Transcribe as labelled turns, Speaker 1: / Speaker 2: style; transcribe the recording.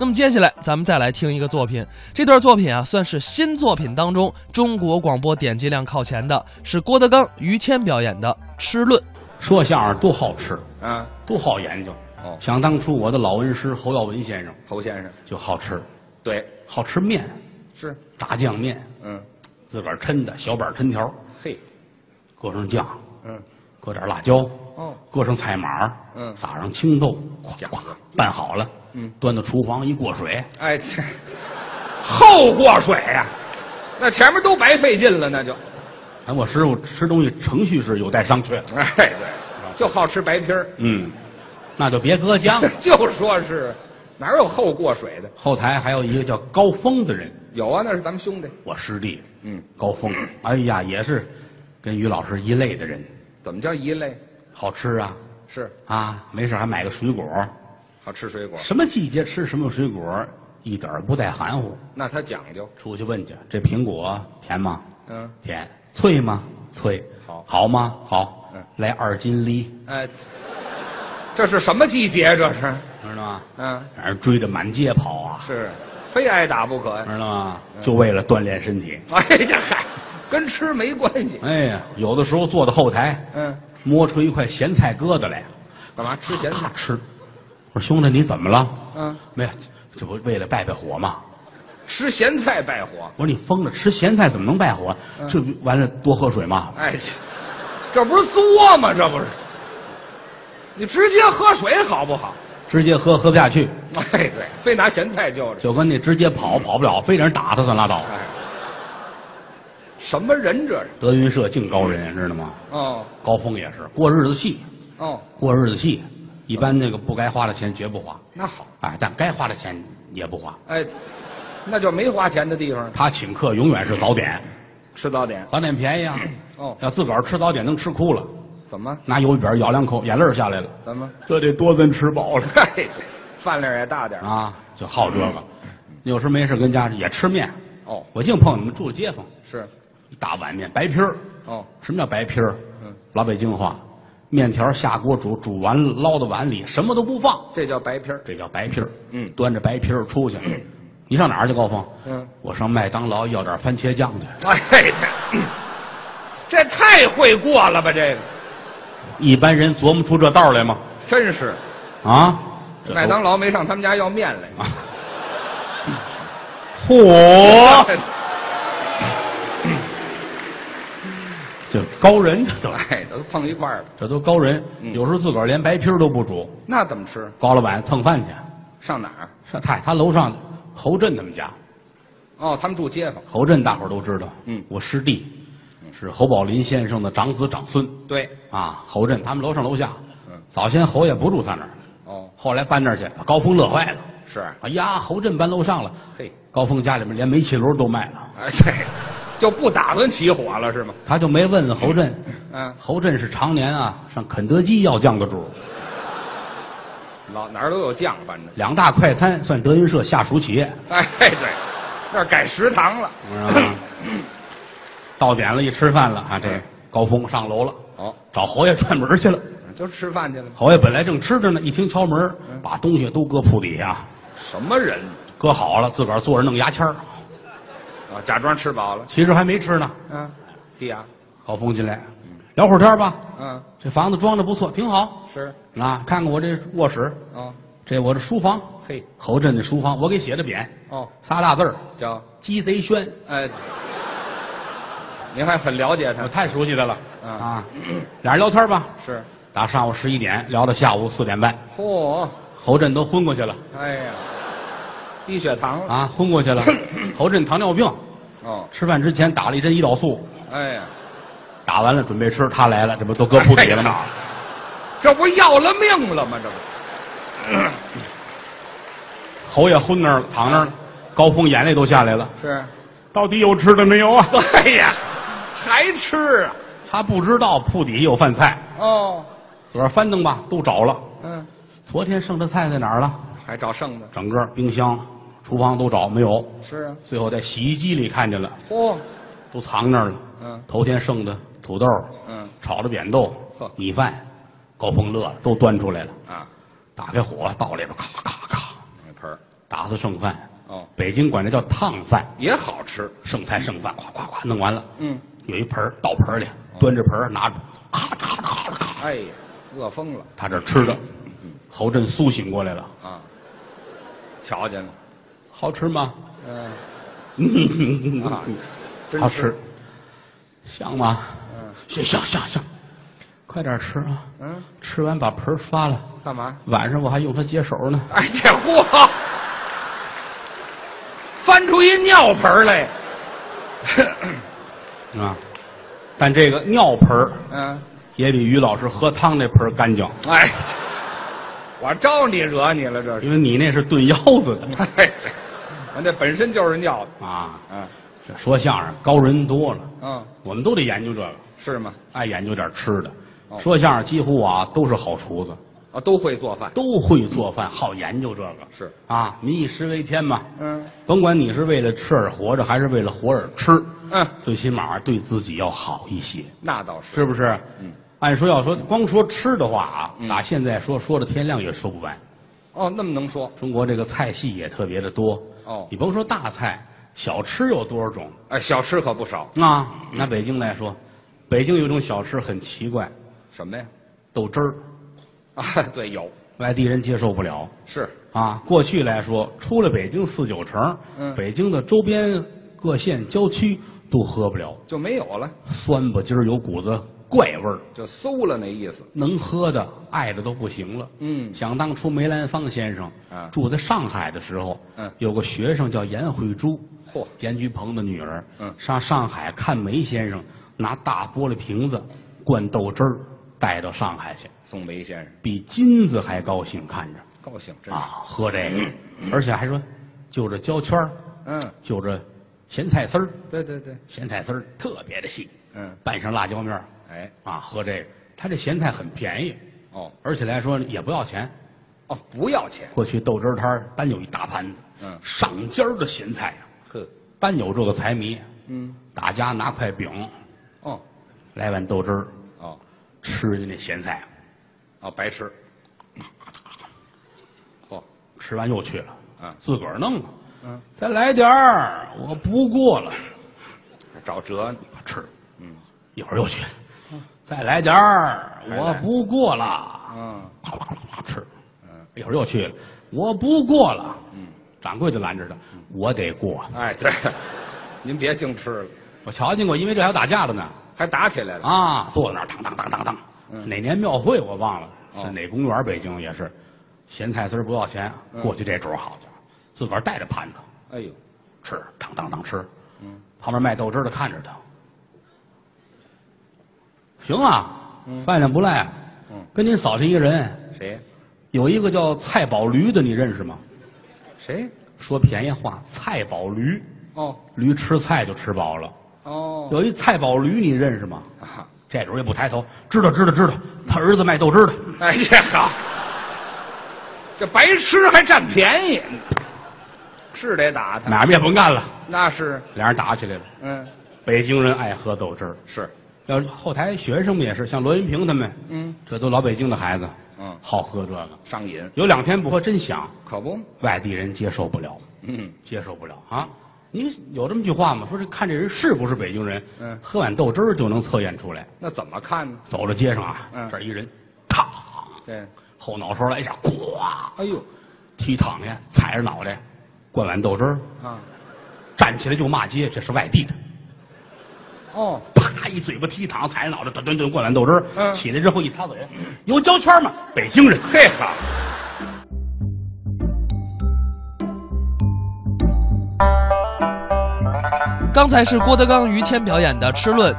Speaker 1: 那么接下来咱们再来听一个作品，这段作品啊算是新作品当中中国广播点击量靠前的，是郭德纲、于谦表演的《吃论》。
Speaker 2: 说相声多好吃，
Speaker 3: 啊，
Speaker 2: 多好研究。
Speaker 3: 哦
Speaker 2: 想当初我的老恩师侯耀文先生
Speaker 3: 侯先生，
Speaker 2: 就好吃，
Speaker 3: 对，
Speaker 2: 好吃面，
Speaker 3: 是，
Speaker 2: 炸酱面，
Speaker 3: 嗯，
Speaker 2: 自个儿抻的小板抻条，
Speaker 3: 嘿，
Speaker 2: 搁上酱，
Speaker 3: 嗯，
Speaker 2: 搁点辣椒，
Speaker 3: 哦，
Speaker 2: 搁上菜码，
Speaker 3: 嗯
Speaker 2: 撒上青豆，咵
Speaker 3: 讲究
Speaker 2: 咵拌好了，
Speaker 3: 嗯
Speaker 2: 端到厨房一过水，
Speaker 3: 哎，这 后过水呀、那前面都白费劲了，那就，
Speaker 2: 哎，我师傅吃东西程序是有待商榷的，
Speaker 3: 哎，对，就好吃白皮儿，
Speaker 2: 嗯，那就别搁姜了。
Speaker 3: 就说是哪有后过水的？
Speaker 2: 后台还有一个叫高峰的人，
Speaker 3: 有啊，那是咱们兄弟，
Speaker 2: 我师弟，
Speaker 3: 嗯，
Speaker 2: 高峰， 哎呀，也是跟于老师一类的人，
Speaker 3: 怎么叫一类？
Speaker 2: 好吃啊
Speaker 3: 是
Speaker 2: 啊，没事还买个水果，
Speaker 3: 好吃水果，
Speaker 2: 什么季节吃什么水果，一点儿不带含糊。
Speaker 3: 那他讲究，
Speaker 2: 出去问去，这苹果甜吗？
Speaker 3: 嗯，
Speaker 2: 甜。脆吗？脆。
Speaker 3: 好
Speaker 2: 好吗？好。
Speaker 3: 嗯
Speaker 2: 来二斤梨，
Speaker 3: 哎，这是什么季节？这是，
Speaker 2: 知道吗？
Speaker 3: 嗯，
Speaker 2: 让人追着满街跑啊，
Speaker 3: 是非挨打不可呀。
Speaker 2: 知道吗？
Speaker 3: 嗯
Speaker 2: 就为了锻炼身体。
Speaker 3: 哎，这嗨，跟吃没关系。
Speaker 2: 哎呀，有的时候坐到后台，
Speaker 3: 嗯，
Speaker 2: 摸出一块咸菜疙瘩来，
Speaker 3: 干嘛吃咸
Speaker 2: 咔
Speaker 3: 菜？
Speaker 2: 吃。我说兄弟，你怎么了？
Speaker 3: 嗯，
Speaker 2: 没有，这不为了败败火吗？
Speaker 3: 吃咸菜败火。
Speaker 2: 我说你疯了，吃咸菜怎么能败火？
Speaker 3: 嗯
Speaker 2: 这不完了多喝水吗？
Speaker 3: 哎，这这不是作吗？这不是？你直接喝水好不好？
Speaker 2: 直接喝喝不下去，
Speaker 3: 哎，对，非拿咸菜就着。
Speaker 2: 就跟那直接跑跑不了，非得人打他算拉倒。
Speaker 3: 哎，什么人这是？
Speaker 2: 德云社净高人，知道吗？
Speaker 3: 哦
Speaker 2: 高峰也是过日子细，
Speaker 3: 哦，
Speaker 2: 过日子细，一般那个不该花的钱绝不花，
Speaker 3: 那好，
Speaker 2: 哎，但该花的钱也不花。
Speaker 3: 哎，那就没花钱的地方，
Speaker 2: 他请客永远是早点，
Speaker 3: 吃早点。
Speaker 2: 早点便宜啊。
Speaker 3: 哦
Speaker 2: 要自个儿吃早点能吃哭了，
Speaker 3: 怎么？
Speaker 2: 拿油饼咬两口，眼泪儿下来了。
Speaker 3: 怎么？
Speaker 2: 这得多咱吃饱了
Speaker 3: 哎，对，饭量也大点儿。
Speaker 2: 啊，就好这个。有时候没事跟家也吃面，
Speaker 3: 哦，
Speaker 2: 我净碰你们住的街坊，
Speaker 3: 是，
Speaker 2: 一大碗面白皮儿。
Speaker 3: 哦，
Speaker 2: 什么叫白皮儿？
Speaker 3: 嗯，
Speaker 2: 老北京话，面条下锅煮，煮完了捞到碗里，什么都不放，
Speaker 3: 这叫白皮儿。
Speaker 2: 这叫白皮儿。
Speaker 3: 嗯
Speaker 2: 端着白皮儿出去，你上哪儿去，高峰？
Speaker 3: 嗯，
Speaker 2: 我上麦当劳要点番茄酱去。
Speaker 3: 哎， 这这太会过了吧？这个
Speaker 2: 一般人琢磨出这道来吗？
Speaker 3: 真是，
Speaker 2: 啊，这都
Speaker 3: 麦当劳没上他们家要面来。
Speaker 2: 啊， 嚯，这高人这都，
Speaker 3: 哎，都碰一块儿了，
Speaker 2: 这都高人。
Speaker 3: 嗯
Speaker 2: 有时候自个儿连白皮儿都不煮，
Speaker 3: 那怎么吃？
Speaker 2: 高老板蹭饭去。
Speaker 3: 上哪儿？
Speaker 2: 上嗨，他楼上侯震他们家，
Speaker 3: 哦，他们住街坊。
Speaker 2: 侯震大伙儿都知道，
Speaker 3: 嗯
Speaker 2: 我师弟是侯宝林先生的长子长孙
Speaker 3: 对，
Speaker 2: 啊。侯震他们楼上楼下，
Speaker 3: 嗯
Speaker 2: 早先侯爷不住他那儿，
Speaker 3: 哦，
Speaker 2: 后来搬那儿去，把高峰乐坏了。
Speaker 3: 是，啊
Speaker 2: 哎呀，侯震搬楼上了，
Speaker 3: 嘿，
Speaker 2: 高峰家里面连煤气炉都卖了，
Speaker 3: 哎，这就不打算起火了是吗？
Speaker 2: 他就没问问侯震。
Speaker 3: 嗯，
Speaker 2: 侯震是常年啊上肯德基要酱的主，
Speaker 3: 老哪儿都有酱，反正。
Speaker 2: 两大快餐算德云社下属企业，
Speaker 3: 哎，对，那儿改食堂了。
Speaker 2: 你知道吗？到点了，一吃饭了啊，这
Speaker 3: 嗯
Speaker 2: 高峰上楼了，
Speaker 3: 哦，
Speaker 2: 找侯爷串门去了。
Speaker 3: 就吃饭去了。
Speaker 2: 侯爷本来正吃着呢，一听敲门，
Speaker 3: 嗯
Speaker 2: 把东西都搁铺底下，
Speaker 3: 什么人
Speaker 2: 搁好了，自个儿坐着弄牙签儿，
Speaker 3: 啊？假装吃饱了。
Speaker 2: 其实还没吃呢。
Speaker 3: 嗯，剔牙。
Speaker 2: 高峰进来，聊会儿天儿吧。
Speaker 3: 嗯，
Speaker 2: 这房子装的不错，挺好
Speaker 3: 是。
Speaker 2: 啊。看看我这卧室，
Speaker 3: 哦，
Speaker 2: 这我这书房，
Speaker 3: 嘿，
Speaker 2: 侯震的书房，我给写的匾，
Speaker 3: 哦，
Speaker 2: 仨大字儿
Speaker 3: 叫。
Speaker 2: “鸡贼轩
Speaker 3: 哎，您还很了解”，
Speaker 2: 我
Speaker 3: 他，
Speaker 2: 太熟悉他了
Speaker 3: 嗯
Speaker 2: 啊。俩人聊天吧，
Speaker 3: 是，
Speaker 2: 打上午十一点聊到下午四点半，
Speaker 3: 嚯，
Speaker 2: 侯震都昏过去了
Speaker 3: 哎呀，低血糖了，
Speaker 2: 啊，昏过去 了。侯震糖尿病，
Speaker 3: 哦，
Speaker 2: 吃饭之前打了一针胰岛素，
Speaker 3: 哎呀，
Speaker 2: 打完了准备吃，他来了，这不都搁铺底了吗
Speaker 3: 哎？这不要了命了吗？这不，
Speaker 2: 侯爷昏那儿了，躺那儿了，高峰眼泪都下来了。
Speaker 3: 是，
Speaker 2: 到底有吃的没有 啊？
Speaker 3: 哎呀，还吃啊？
Speaker 2: 他不知道铺底有饭菜，
Speaker 3: 哦，
Speaker 2: 自个儿翻腾吧，都找了。
Speaker 3: 嗯，
Speaker 2: 昨天剩的菜在哪儿了？
Speaker 3: 还找剩的，
Speaker 2: 整个冰箱、厨房都找没有，
Speaker 3: 是啊，
Speaker 2: 最后在洗衣机里看见了，
Speaker 3: 嚯，
Speaker 2: 都藏那儿了。
Speaker 3: 嗯
Speaker 2: 头天剩的土豆、
Speaker 3: 嗯，
Speaker 2: 炒的扁豆
Speaker 3: 呵、
Speaker 2: 米饭，高峰乐了，都端出来了。
Speaker 3: 啊，
Speaker 2: 打开火，倒里边咔咔咔，
Speaker 3: 那盆儿，
Speaker 2: 打打死剩饭。
Speaker 3: 哦，
Speaker 2: 北京管这叫烫饭，
Speaker 3: 也好吃。
Speaker 2: 剩菜剩饭，咵咵咵弄完了，
Speaker 3: 嗯，
Speaker 2: 有一盆儿倒盆儿里，端着盆儿拿着，咔咔咔咔，
Speaker 3: 哎呀，饿疯了
Speaker 2: 他这吃着。侯震苏醒过来了，
Speaker 3: 啊！瞧见了，
Speaker 2: 好吃吗？
Speaker 3: 嗯、
Speaker 2: 嗯
Speaker 3: 啊真
Speaker 2: 好
Speaker 3: 吃
Speaker 2: 吃，香吗？
Speaker 3: 嗯
Speaker 2: 香香香香，快点吃啊！
Speaker 3: 嗯，
Speaker 2: 吃完把盆儿刷了，
Speaker 3: 干嘛？
Speaker 2: 晚上我还用它接手呢。
Speaker 3: 哎，这货翻出一尿盆儿来，
Speaker 2: 啊，但这个尿盆儿
Speaker 3: 嗯、
Speaker 2: 也比于老师喝汤那盆儿干净，
Speaker 3: 哎，我招你惹你了这是？
Speaker 2: 因为你那是炖腰子的
Speaker 3: 哎，这我这本身就是尿的。
Speaker 2: 啊。
Speaker 3: 嗯
Speaker 2: 这说相声高人多了，
Speaker 3: 嗯，
Speaker 2: 我们都得研究这个，
Speaker 3: 是吗？
Speaker 2: 爱研究点吃的。
Speaker 3: 哦
Speaker 2: 说相声几乎啊都是好厨子，
Speaker 3: 啊，都会做饭。
Speaker 2: 都会做饭，好研究这个
Speaker 3: 是
Speaker 2: 啊，民以食为天嘛。
Speaker 3: 嗯
Speaker 2: 甭管你是为了吃而活着，还是为了活而吃，
Speaker 3: 嗯，
Speaker 2: 最起码对自己要好一些，
Speaker 3: 那倒是。
Speaker 2: 是不是？
Speaker 3: 嗯。
Speaker 2: 按说要说光说吃的话啊，
Speaker 3: 嗯
Speaker 2: 打现在说说的天亮也说不完。
Speaker 3: 哦，那么能说？
Speaker 2: 中国这个菜系也特别的多。
Speaker 3: 哦
Speaker 2: 你甭说大菜，小吃有多少种
Speaker 3: 哎，小吃可不少。
Speaker 2: 啊？拿北京来说，北京有一种小吃很奇怪，
Speaker 3: 什么呀？
Speaker 2: 豆汁儿，
Speaker 3: 啊，对，有
Speaker 2: 外地人接受不了
Speaker 3: 是
Speaker 2: 啊。过去来说，出了北京四九城，
Speaker 3: 嗯
Speaker 2: 北京的周边各县郊区都喝不了，
Speaker 3: 就没有了，
Speaker 2: 酸吧唧儿有股子怪味儿，
Speaker 3: 就馊了那意思。
Speaker 2: 能喝的爱的都不行了。
Speaker 3: 嗯
Speaker 2: 想当初梅兰芳先生
Speaker 3: 啊
Speaker 2: 住在上海的时候，
Speaker 3: 嗯
Speaker 2: 有个学生叫颜慧珠，
Speaker 3: 嚯，
Speaker 2: 严菊鹏的女儿，
Speaker 3: 嗯
Speaker 2: 上上海看梅先生拿大玻璃瓶子灌豆汁儿带到上海去，
Speaker 3: 宋梅先生
Speaker 2: 比金子还高兴看着
Speaker 3: 高兴，真是。
Speaker 2: 啊，喝这个，而且还说就着焦圈儿，
Speaker 3: 嗯，
Speaker 2: 就着咸菜丝儿，
Speaker 3: 对对对，
Speaker 2: 咸菜丝儿特别的细，
Speaker 3: 嗯，
Speaker 2: 拌上辣椒面儿
Speaker 3: 哎，
Speaker 2: 啊，喝这个，他这咸菜很便宜，
Speaker 3: 哦
Speaker 2: 而且来说也不要钱。
Speaker 3: 哦，不要钱。
Speaker 2: 过去豆汁儿摊儿单有一大盘子，
Speaker 3: 嗯
Speaker 2: 上尖儿的咸菜啊，
Speaker 3: 呵，
Speaker 2: 单有这个财迷，
Speaker 3: 嗯，
Speaker 2: 大家拿块饼，
Speaker 3: 哦
Speaker 2: 来碗豆汁儿，
Speaker 3: 哦
Speaker 2: 吃人家那咸菜，
Speaker 3: 哦，白吃。嗯嚯，
Speaker 2: 吃完又去了，
Speaker 3: 嗯
Speaker 2: 自个儿弄吧，
Speaker 3: 嗯，
Speaker 2: 再来点儿，我不过了，
Speaker 3: 找辙呢。
Speaker 2: 吃，
Speaker 3: 嗯
Speaker 2: 一会儿又去，再来点儿，
Speaker 3: 来
Speaker 2: 我不过了，
Speaker 3: 嗯
Speaker 2: 啪啪啪啪吃，
Speaker 3: 嗯
Speaker 2: 一会儿又去了，我不过了，
Speaker 3: 嗯，
Speaker 2: 掌柜就拦着他，我得过，
Speaker 3: 哎，对， 您别净吃了，
Speaker 2: 我瞧见过，因为这还有打架的呢，
Speaker 3: 还打起来了。
Speaker 2: 啊，坐在那儿，当当当当当，
Speaker 3: 嗯
Speaker 2: 哪年庙会我忘了，
Speaker 3: 哦
Speaker 2: 是哪公园？北京也是，咸菜丝儿不要钱，
Speaker 3: 嗯
Speaker 2: 过去这主儿好家伙，自个儿带着盘子
Speaker 3: 哎呦，
Speaker 2: 吃，当当当吃，
Speaker 3: 嗯
Speaker 2: 旁边卖豆汁儿的看着他，行啊，饭量不赖啊，
Speaker 3: 嗯，
Speaker 2: 跟您嫂子一个人，
Speaker 3: 谁
Speaker 2: 有一个叫蔡宝驴的，你认识吗？
Speaker 3: 谁？
Speaker 2: 说便宜话，蔡宝驴，
Speaker 3: 哦
Speaker 2: 驴吃菜就吃饱了。
Speaker 3: 哦，
Speaker 2: 有一蔡宝驴，你认识吗？
Speaker 3: 啊，
Speaker 2: 这主儿也不抬头，知道知道知道，他儿子卖豆汁的。
Speaker 3: 哎呀好，这白吃还占便宜，是得 打他，
Speaker 2: 买卖也甭干了，
Speaker 3: 那是，
Speaker 2: 俩人打起来了。
Speaker 3: 嗯，
Speaker 2: 北京人爱喝豆汁儿，
Speaker 3: 是，
Speaker 2: 要是后台学生们也是，像罗云平他们，
Speaker 3: 嗯
Speaker 2: 这都老北京的孩子，
Speaker 3: 嗯，
Speaker 2: 好喝这个。
Speaker 3: 上瘾，
Speaker 2: 有两天不喝，真想
Speaker 3: 可不，
Speaker 2: 外地人接受不了，
Speaker 3: 嗯，
Speaker 2: 接受不了啊！你有这么句话吗？说这看这人是不是北京人？
Speaker 3: 嗯
Speaker 2: 喝碗豆汁儿就能测验出来。
Speaker 3: 那怎么看呢？
Speaker 2: 走到街上啊，
Speaker 3: 嗯
Speaker 2: 这儿一人，嘡，
Speaker 3: 对，
Speaker 2: 后脑勺来一下，咵，
Speaker 3: 哎呦，
Speaker 2: 踢躺下，踩着脑袋，灌碗豆汁儿，
Speaker 3: 啊，
Speaker 2: 站起来就骂街，这是外地的。
Speaker 3: 哦，
Speaker 2: 啪一嘴巴踢躺，踩着脑袋，墩墩墩灌碗豆汁儿。
Speaker 3: 嗯
Speaker 2: 起来之后一擦嘴，有胶圈吗？北京人，嘿哈。
Speaker 1: 刚才是郭德纲、于谦表演的《吃论》。